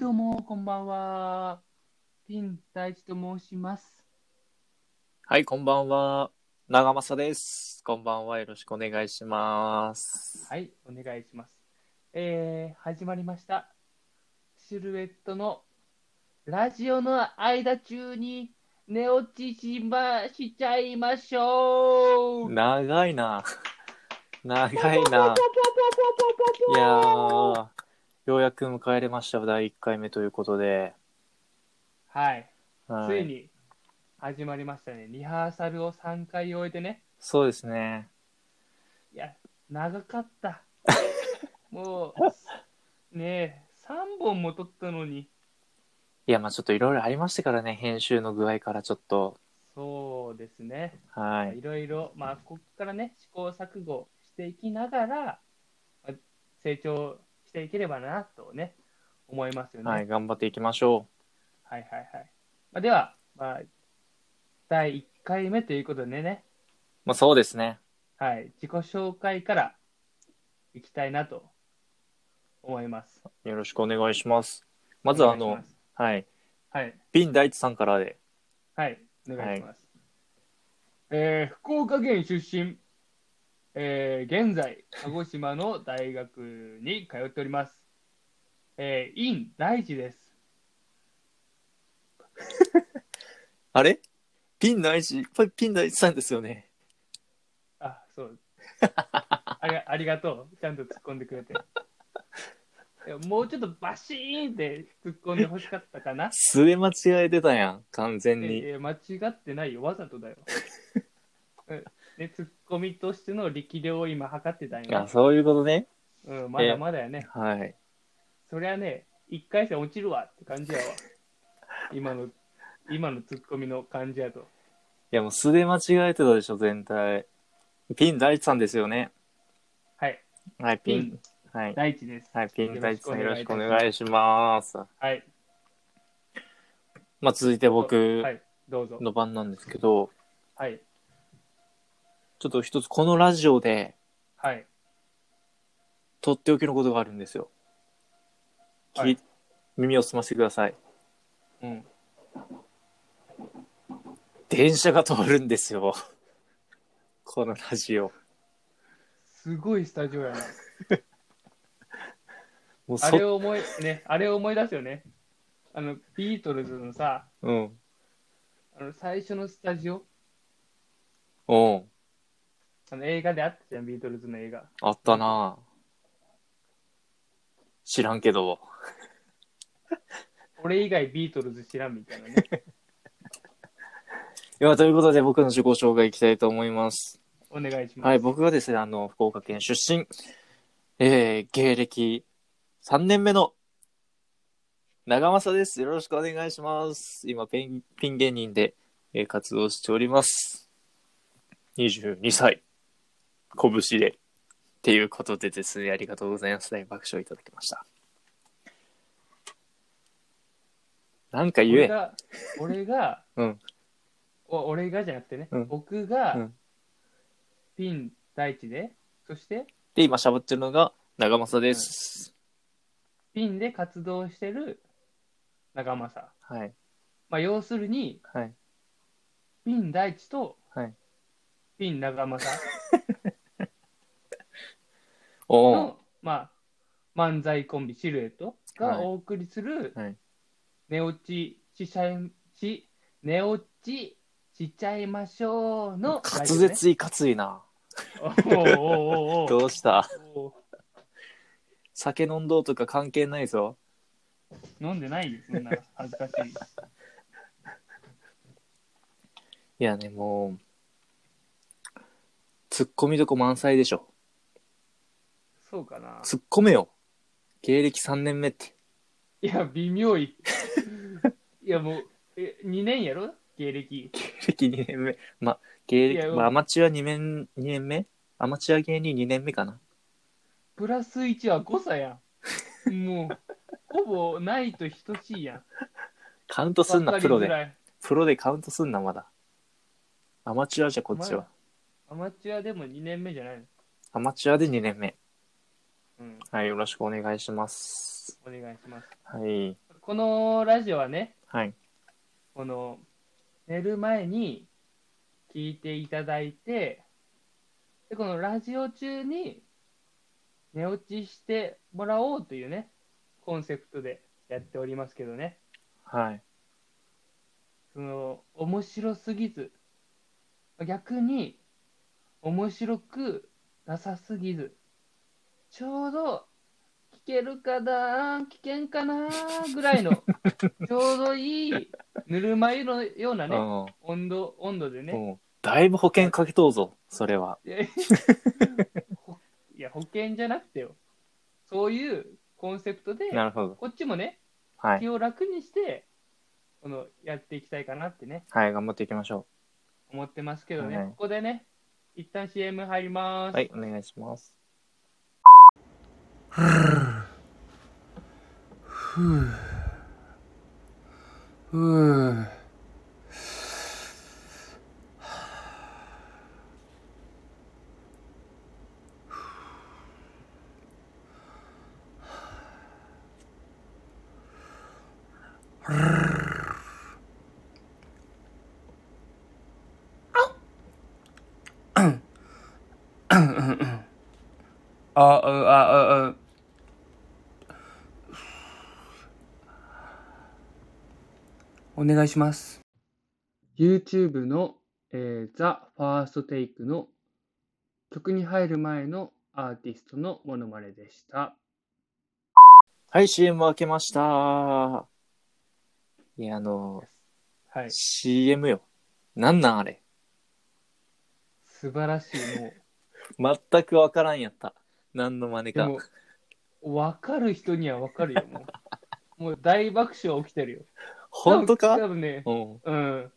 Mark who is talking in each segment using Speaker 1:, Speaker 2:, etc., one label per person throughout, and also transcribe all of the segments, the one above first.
Speaker 1: どうも、こんばんは。ピン大地と申します。
Speaker 2: はい、こんばんは。長政です。こんばんは。よろしくお願いします。
Speaker 1: はい、お願いします。えー、始まりました。シルエットのラジオの間中に寝落ちしましちゃいましょう。
Speaker 2: 長いな。 長いな。いやー、ようやく迎えれました。第1回目ということで。
Speaker 1: はい、
Speaker 2: は
Speaker 1: ついに始まりましたね。リハーサルを3回終えてね。
Speaker 2: そうですね。
Speaker 1: いや、長か った。もう、ねえ、3本も撮ったのに。
Speaker 2: いや、まあちょっといろいろありましたからね。編集の具合からちょっと。
Speaker 1: そうですね。
Speaker 2: はいい。
Speaker 1: ろいろ、まあ、ここからね、試行錯誤していきながら、まあ成長していければなとね、思いますよね。
Speaker 2: は
Speaker 1: はい
Speaker 2: い、
Speaker 1: はい
Speaker 2: 頑張っていきましょ
Speaker 1: はいはい。まあ、では、まあ、第1回目ということでね、
Speaker 2: う。まあそうですね。
Speaker 1: はい、自己紹介からいきたいなと思います。
Speaker 2: よろしくお願いします。まずはあ
Speaker 1: お願
Speaker 2: の
Speaker 1: いし、す
Speaker 2: はい。
Speaker 1: はい、
Speaker 2: ピン大地さんからで。
Speaker 1: はい、お願いします。えー福岡県出身、えー現在、鹿児島の大学に通っております。えー、院大地です。
Speaker 2: あれピン大地、これピン大地さんですよね。。
Speaker 1: あ、そう。ありありがとう。ちゃんと突っ込んでくれて。いやもうちょっとバシーンって突っ込んでほしかったかな
Speaker 2: 末間違えてたやん、完全に。
Speaker 1: えー間違ってないよ。わざ とだよ。うんで、突っ込みとしての力量を今測ってたん
Speaker 2: あ
Speaker 1: よ。
Speaker 2: そういうことね。
Speaker 1: うん、まだまだやね。
Speaker 2: はい。
Speaker 1: そりゃね、一回戦落ちるわって感じやわ。 今の、今のツッコミの感じやと。
Speaker 2: いや、もう素で間違えてたでしょ、全体。ピン大地さんですよね。
Speaker 1: はい、
Speaker 2: はい、ピ
Speaker 1: ピ
Speaker 2: ン
Speaker 1: ン。
Speaker 2: はい。
Speaker 1: 第一です。
Speaker 2: はい、ピン大地さんよ
Speaker 1: よ
Speaker 2: ろ
Speaker 1: ろ
Speaker 2: し
Speaker 1: し
Speaker 2: く
Speaker 1: く
Speaker 2: お
Speaker 1: お
Speaker 2: 願
Speaker 1: 願
Speaker 2: いします。
Speaker 1: はい。
Speaker 2: まあ、続いて僕
Speaker 1: はい、どうぞ。
Speaker 2: の番なんですけど、
Speaker 1: はい、
Speaker 2: ちょっと一つこのラジオで、
Speaker 1: はい、
Speaker 2: とっておきのことがあるんですよ。き
Speaker 1: はい
Speaker 2: 耳を澄ませてください。
Speaker 1: うん。
Speaker 2: 電車が通るんですよ。このラジオ。
Speaker 1: すごいスタジオやな。
Speaker 2: もう
Speaker 1: あ
Speaker 2: そ
Speaker 1: れ、を思い、ね、あれを思い出すよね。あの、ビートルズのさ、
Speaker 2: うん。
Speaker 1: あの最初のスタジオ、
Speaker 2: うん。
Speaker 1: あの映画であったじゃん、ビートルズの映画。
Speaker 2: あったなぁ知らんけど。
Speaker 1: 俺以外ビートルズ知らんみたいなね。
Speaker 2: ではということで僕の自己紹介いきたいと思います。
Speaker 1: お願いします。
Speaker 2: はい、僕がですね、あの、福岡県出身、えー、芸歴3年目の長政です。よろしくお願いします。今、ピン、ピン芸人で、えー活動しております。22歳、拳で。っていうことでですね、ありがとうございます。大爆笑いただきました。なんか言
Speaker 1: 俺
Speaker 2: え。
Speaker 1: が、俺が、
Speaker 2: うん
Speaker 1: お俺がじゃなくてね、
Speaker 2: うん
Speaker 1: 僕が、
Speaker 2: うん
Speaker 1: ピン大地で、そして
Speaker 2: で、今喋ってるのが長政です。
Speaker 1: ピンで活動してる仲間さん。
Speaker 2: はい。
Speaker 1: まあ、要するに、
Speaker 2: はい。
Speaker 1: ピン大地と、
Speaker 2: はい
Speaker 1: ピン仲間さん
Speaker 2: おお。
Speaker 1: の、まあ、漫才コンビシルエットがお送りする、
Speaker 2: はいはい
Speaker 1: 寝落ちしちゃい、し、寝落ちしちゃいましょうの、
Speaker 2: 滑舌いかついな。
Speaker 1: ラジオね。おうおうおうおう
Speaker 2: どうした
Speaker 1: おう
Speaker 2: 酒飲んどうとか関係ないぞ。
Speaker 1: 飲んでないよ、そんな恥ずかしい。
Speaker 2: いやね、もう、ツッコミどこ満載でしょ。
Speaker 1: そうかな。
Speaker 2: ツッコめよ。芸歴3年目って。
Speaker 1: いや、微妙い。いや、もう、え、2年やろ芸歴。
Speaker 2: 芸歴2年目。ま、芸
Speaker 1: い
Speaker 2: 歴、
Speaker 1: や
Speaker 2: まアマチュア2年、二年目アマチュア芸人2年目かな。
Speaker 1: プラス1は誤差やん。もう、ほぼないと等しいやん。
Speaker 2: カウントすんな、
Speaker 1: わかり
Speaker 2: プロ
Speaker 1: づ
Speaker 2: で。
Speaker 1: らい
Speaker 2: プロでカウントすんな、まだ。アマチュアじゃ、こっちは。
Speaker 1: アマチュアでも2年目じゃないの。
Speaker 2: アマチュアで2年目。
Speaker 1: うん、
Speaker 2: はい、よろしくお願いします。
Speaker 1: お願いします。
Speaker 2: はい。
Speaker 1: だこのラジオはね、
Speaker 2: はい。
Speaker 1: この寝る前に聞いていただいて、でこのラジオ中に寝落ちしてもらおうというね、コンセプトでやっておりますけどね、
Speaker 2: はい。
Speaker 1: その面白すぎず、逆に面白くなさすぎず、ちょうど聞けるかな、聞けんかなぐらいの、ちょうどいいぬるま湯のようなね、
Speaker 2: うん
Speaker 1: 温度温度でね、
Speaker 2: うんだいぶ保険かけとうぞ、それは。
Speaker 1: いやほいや保険じゃなくてよそういうコンセプトで
Speaker 2: なるほど。
Speaker 1: こっちもね
Speaker 2: はい。
Speaker 1: 気を楽にしてこのやっていきたいかなってね
Speaker 2: はい、頑張っていきましょ
Speaker 1: 思ってますけどね、
Speaker 2: はい
Speaker 1: ここでね一旦 CM 入りま
Speaker 2: う。
Speaker 1: す、
Speaker 2: はい、お願いします。
Speaker 1: うーあ、う、あ、う、う。お願いします。YouTube の、えー、ザ・ファーストテイクの曲に入る前のアーティストのモノマネでした。
Speaker 2: はい、CM 開けました。いや、あの、
Speaker 1: はい。
Speaker 2: CM よ。なんなんあれ。
Speaker 1: 素晴らしい。も
Speaker 2: 全くわからんやった。何の真似
Speaker 1: う、で
Speaker 2: か。
Speaker 1: も、わかる人にはわかるよ、も う。もう大爆笑起きてるよ。
Speaker 2: 本当
Speaker 1: 多
Speaker 2: か
Speaker 1: 分ね、
Speaker 2: うん。
Speaker 1: うん。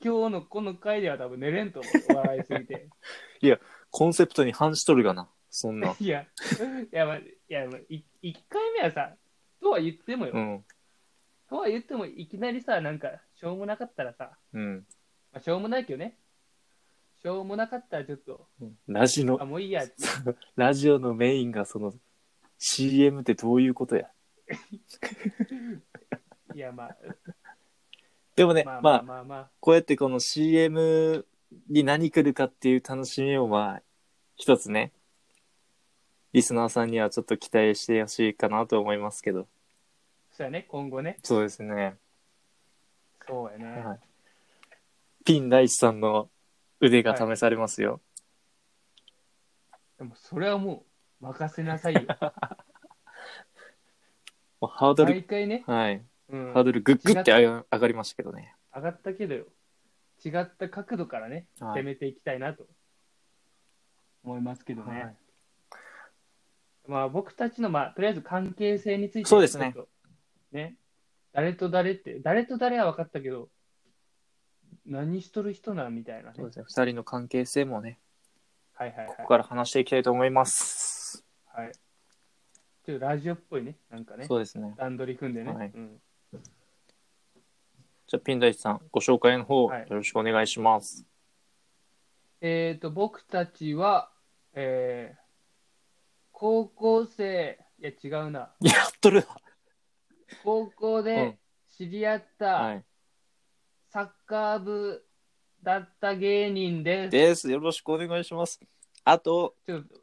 Speaker 1: 今日のこの回では多分寝れんと思う。笑いすぎて。。
Speaker 2: コンセプトに反しとるがな。そ んな
Speaker 1: いや、いや、まあ、いや、まあ、い1回目はさ、とは言ってもよ。
Speaker 2: うん。
Speaker 1: とは言っても、いきなりさ、なんか、しょうもなかったらさ、
Speaker 2: うん。
Speaker 1: まあ、しょうもないけどね。しょうもなかったらちょっと、
Speaker 2: ラジ
Speaker 1: あ、
Speaker 2: の、
Speaker 1: もういいや。
Speaker 2: ラジオのメインがその、CM ってどういうことや。
Speaker 1: いや、まあ、
Speaker 2: でもね、
Speaker 1: まあま
Speaker 2: ま
Speaker 1: あ
Speaker 2: あ、
Speaker 1: まあまあ。
Speaker 2: こうやってこの CM に何来るかっていう楽しみをまあ、一つね、リスナーさんにはちょっと期待してほしいかなと思いますけど。
Speaker 1: そしたらね、今後ね。
Speaker 2: そうですね。
Speaker 1: そうやね。
Speaker 2: はい、ピン大地さんの腕が試されますよ。
Speaker 1: でも、それはもう、任せなさい よ。
Speaker 2: もうハードル、
Speaker 1: 毎回ね、
Speaker 2: はい。
Speaker 1: うん、
Speaker 2: ハ
Speaker 1: 上
Speaker 2: ードルグッグッて上が上がりましたけどね。
Speaker 1: がったけどよ。違った角度からね、
Speaker 2: はい
Speaker 1: 攻めていきたいなと、思いますけどね。
Speaker 2: はい
Speaker 1: まあ、僕たちの、まあ、とりあえず関係性について、
Speaker 2: そうですね
Speaker 1: ちょっと。ね。誰と誰って、誰と誰は分かったけど、何しとる人なんみたいなね。
Speaker 2: そうですね。二人の関係性もね、
Speaker 1: はいはいはい。
Speaker 2: ここから話していきたいと思います。
Speaker 1: はい。ちょっとラジオっぽいね、なんかね。
Speaker 2: そうですね。
Speaker 1: 段取り組んでね。
Speaker 2: はい
Speaker 1: うん
Speaker 2: じゃあ、ピン大地さん、ご紹介の方、
Speaker 1: はい
Speaker 2: よろしくお願いします。
Speaker 1: えっ、と、僕たちは、えー、高校生、いや違うな。
Speaker 2: やっとるわ
Speaker 1: 高校
Speaker 2: う
Speaker 1: で
Speaker 2: ん
Speaker 1: 知り合っ
Speaker 2: は
Speaker 1: た
Speaker 2: い。
Speaker 1: サッカー部だった芸人です。
Speaker 2: です。よろしくお願いします。あと、
Speaker 1: ちょっと、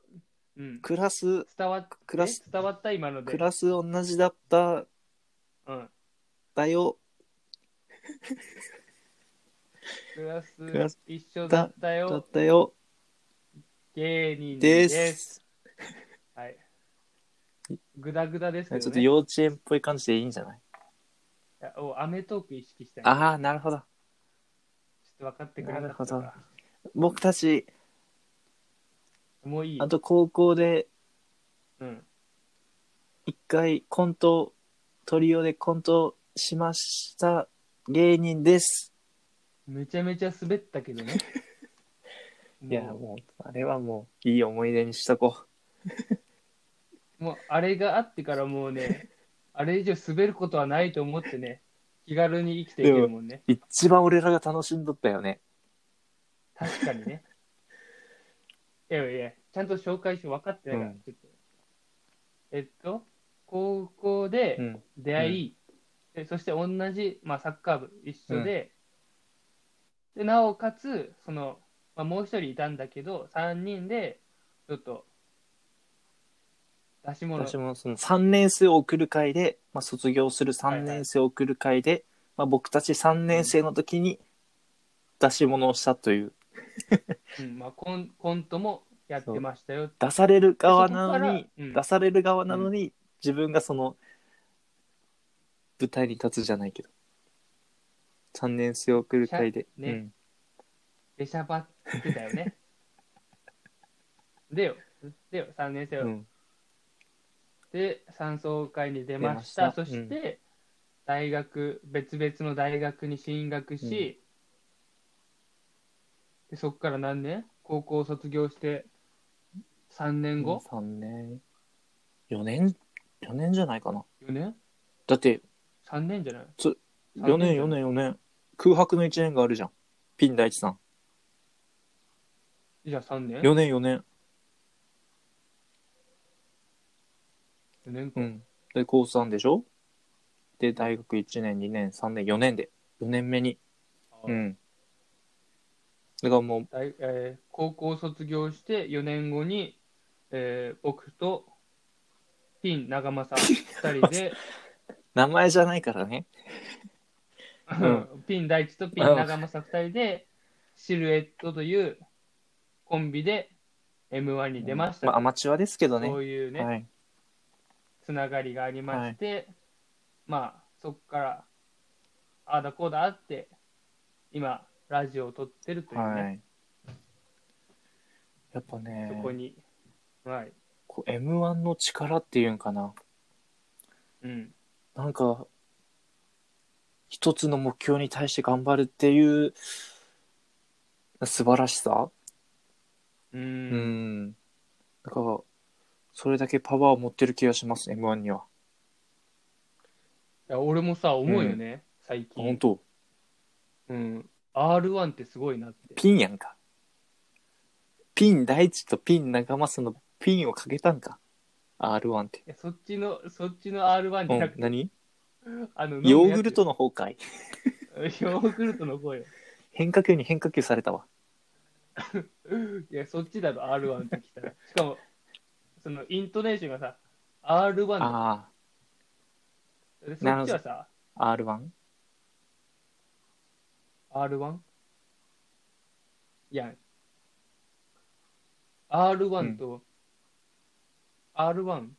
Speaker 1: うん。
Speaker 2: クラス、
Speaker 1: 伝わっ
Speaker 2: クラス
Speaker 1: え伝わった今ので。
Speaker 2: クラス同じだった
Speaker 1: うん。
Speaker 2: だよ。
Speaker 1: クラス
Speaker 2: クラス
Speaker 1: 一緒だった
Speaker 2: だ
Speaker 1: よ
Speaker 2: っ。たよ。
Speaker 1: 芸人
Speaker 2: で
Speaker 1: です。
Speaker 2: す。
Speaker 1: はい。グダグダですけど、ね。
Speaker 2: ちょっと幼稚園っぽい感じでいいんじゃない
Speaker 1: いやおアメトーク意識したい。ちょっ
Speaker 2: ああ、なるほど。
Speaker 1: と分かってくれなかった
Speaker 2: なる
Speaker 1: か。
Speaker 2: 僕たち、
Speaker 1: もういい。
Speaker 2: あと高校で
Speaker 1: うん。
Speaker 2: 一回コント、トリオでコントしました芸人です。
Speaker 1: めちゃめちゃ滑ったけどね。
Speaker 2: いや、
Speaker 1: も
Speaker 2: もう、あれはもう、いい思い出にしとこ
Speaker 1: う、もうあれがあってからもう ね、あれ以上滑ることはないと思ってね、気軽に生きていけるもんね。
Speaker 2: う。一番俺らが楽しんどったよね。
Speaker 1: 確かにね。いやいや、ちゃんと紹介して分かってないから、
Speaker 2: うん
Speaker 1: ちょっと。えっと、高校で
Speaker 2: うん。
Speaker 1: 出会い、でそして同じ、まあ、サッカー部一緒で、でなおかつその、まあ、もう一人いたんだけど3人でちょっと出し物
Speaker 2: 私もその3年生を送る会で、まあ、卒業する3年生を送る会で、まあ、僕たち3年生の時に出し物をしたという
Speaker 1: うんまあ、コンコントもやってましたよ
Speaker 2: 出される側なのに、
Speaker 1: うん
Speaker 2: 出される側なのに、自分がその舞台に立つじゃないけど3年生を送る会で、
Speaker 1: ね出しゃばってたよ ねでよでよ3年生
Speaker 2: う
Speaker 1: を
Speaker 2: んうん
Speaker 1: で山荘会に出ました
Speaker 2: 出
Speaker 1: そ
Speaker 2: ました
Speaker 1: して、大学別々の大学に進学し、でそこから何年高校を卒業して3年後、
Speaker 2: 3年4年4年じゃないかな
Speaker 1: 4年
Speaker 2: だって
Speaker 1: ?3 年じゃない
Speaker 2: つ
Speaker 1: 三
Speaker 2: 4年4年4年空白の1年があるじゃんピン大地さん
Speaker 1: じゃあ3年
Speaker 2: 4年4年
Speaker 1: 四年か
Speaker 2: うんで高3でしょで大学1年2年3年4年で4年目にうんだからもう
Speaker 1: 大えー高校を卒業して4年後に、えー僕とピン長政2人で、
Speaker 2: 名前じゃないからねん
Speaker 1: ピン大地とピン長政2人でシルエットというコンビで m 1に出ました、
Speaker 2: あ、アマチュアですけどね
Speaker 1: そういうね、
Speaker 2: はい、
Speaker 1: つながりがありまして、まあそこからああだこうだあって今ラジオを撮ってるというね、
Speaker 2: はい、やっぱね
Speaker 1: そこにはい、
Speaker 2: こう m 1の力っていうんかな
Speaker 1: うん、
Speaker 2: なんか一つの目標に対して頑張るっていう素晴らしさ
Speaker 1: う
Speaker 2: うんんだからそれだけパワーを持ってる気がします m 1にはい
Speaker 1: や俺もさ思うよね、最
Speaker 2: 本
Speaker 1: 近、
Speaker 2: 当
Speaker 1: うん、R1 ってすごいなって
Speaker 2: ピンやんかピン大地とピン仲間そのピンをかけたんか R1 って
Speaker 1: いやそっちのそっちの R1 じ
Speaker 2: う
Speaker 1: ゃなんくて、
Speaker 2: 何
Speaker 1: あの飲むやつ
Speaker 2: ヨーグルトの方かい
Speaker 1: ヨーグルトの声よ
Speaker 2: 変化球に変化球されたわ
Speaker 1: いやそっちだと R1 ってきたらしかもそのイントネーションがさ R1 だ
Speaker 2: あ
Speaker 1: でそっちはさ
Speaker 2: あ R1
Speaker 1: R1? いや R1 と、R1? い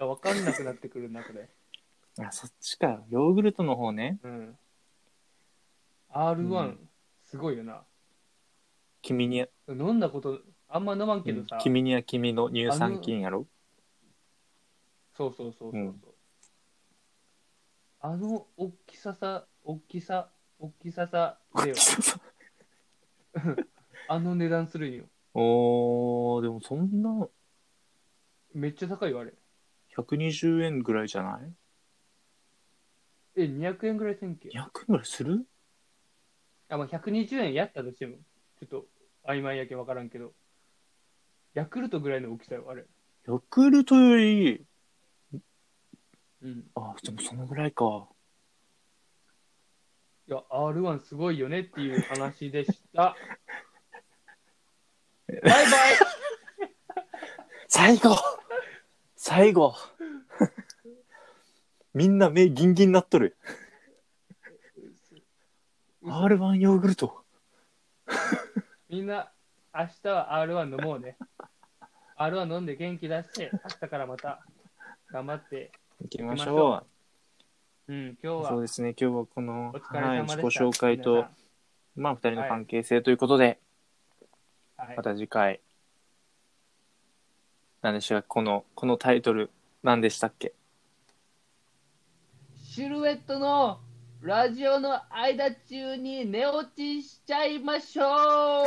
Speaker 1: や分かんなくなってくるなこれ
Speaker 2: あそっちかヨーグルトの方ね
Speaker 1: うん。R1、
Speaker 2: う
Speaker 1: すごいよな。
Speaker 2: 君に
Speaker 1: 飲んだこと、あんま飲まんけどさ。
Speaker 2: 君には君の乳酸菌やろ
Speaker 1: そうそうそうそうそう。
Speaker 2: うん、
Speaker 1: あの、大きささ、大きさ、大きささでよ
Speaker 2: そうそう
Speaker 1: あの値段するんよ。
Speaker 2: おーでもそんな
Speaker 1: めっちゃ高いよ、あれ。
Speaker 2: 120円ぐらいじゃない
Speaker 1: え、200円ぐらいせんけ。
Speaker 2: 200円ぐらいする
Speaker 1: あ、まあ、120円やったとしても、ちょっと曖昧やけんわからんけど。ヤクルトぐらいの大きさよ、あれ。
Speaker 2: ヤクルトより
Speaker 1: うん。
Speaker 2: あでもそのぐらいか
Speaker 1: いや、R1 すごいよねっていう話で した。バイバイ
Speaker 2: 最後最後みんな目ギンギンなっとる R1 ヨーグルト
Speaker 1: みんな、明日は R1 飲もうね。R1 飲んで元気出して、明日からまた頑張って。
Speaker 2: 行きま
Speaker 1: まし
Speaker 2: し
Speaker 1: ょう
Speaker 2: ょう
Speaker 1: うん、今日
Speaker 2: そう
Speaker 1: は
Speaker 2: ですね今日はこの
Speaker 1: お疲
Speaker 2: は
Speaker 1: れ
Speaker 2: い
Speaker 1: 様
Speaker 2: 自
Speaker 1: で
Speaker 2: 己
Speaker 1: した。
Speaker 2: 紹介と
Speaker 1: 皆、
Speaker 2: まあ、2人の関係性ということで、
Speaker 1: さんはい
Speaker 2: また次回何でしたかこのこのタイトル何でしたっけ
Speaker 1: シルエットのラジオの間中に寝落ちしちゃいましょ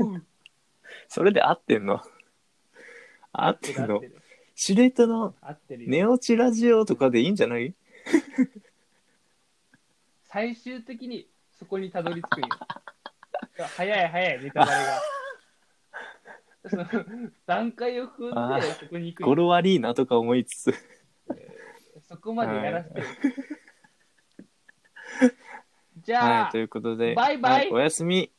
Speaker 1: う
Speaker 2: それで合ってんの合ってん
Speaker 1: 合っ
Speaker 2: の
Speaker 1: てる。
Speaker 2: シルエットの
Speaker 1: 合ってるよ
Speaker 2: 寝落ちラジオとかでいいんじゃない
Speaker 1: 最終的にそこにたどり着くんよ。早い早い、ネタバレが。その段階を踏ん
Speaker 2: あ
Speaker 1: でそこに行くん
Speaker 2: 語
Speaker 1: よ
Speaker 2: 呂悪いなとか思いつつ
Speaker 1: そこまでやらせてよ、じゃあ、
Speaker 2: はい、ということで、
Speaker 1: バイバイ
Speaker 2: はいおやすみ。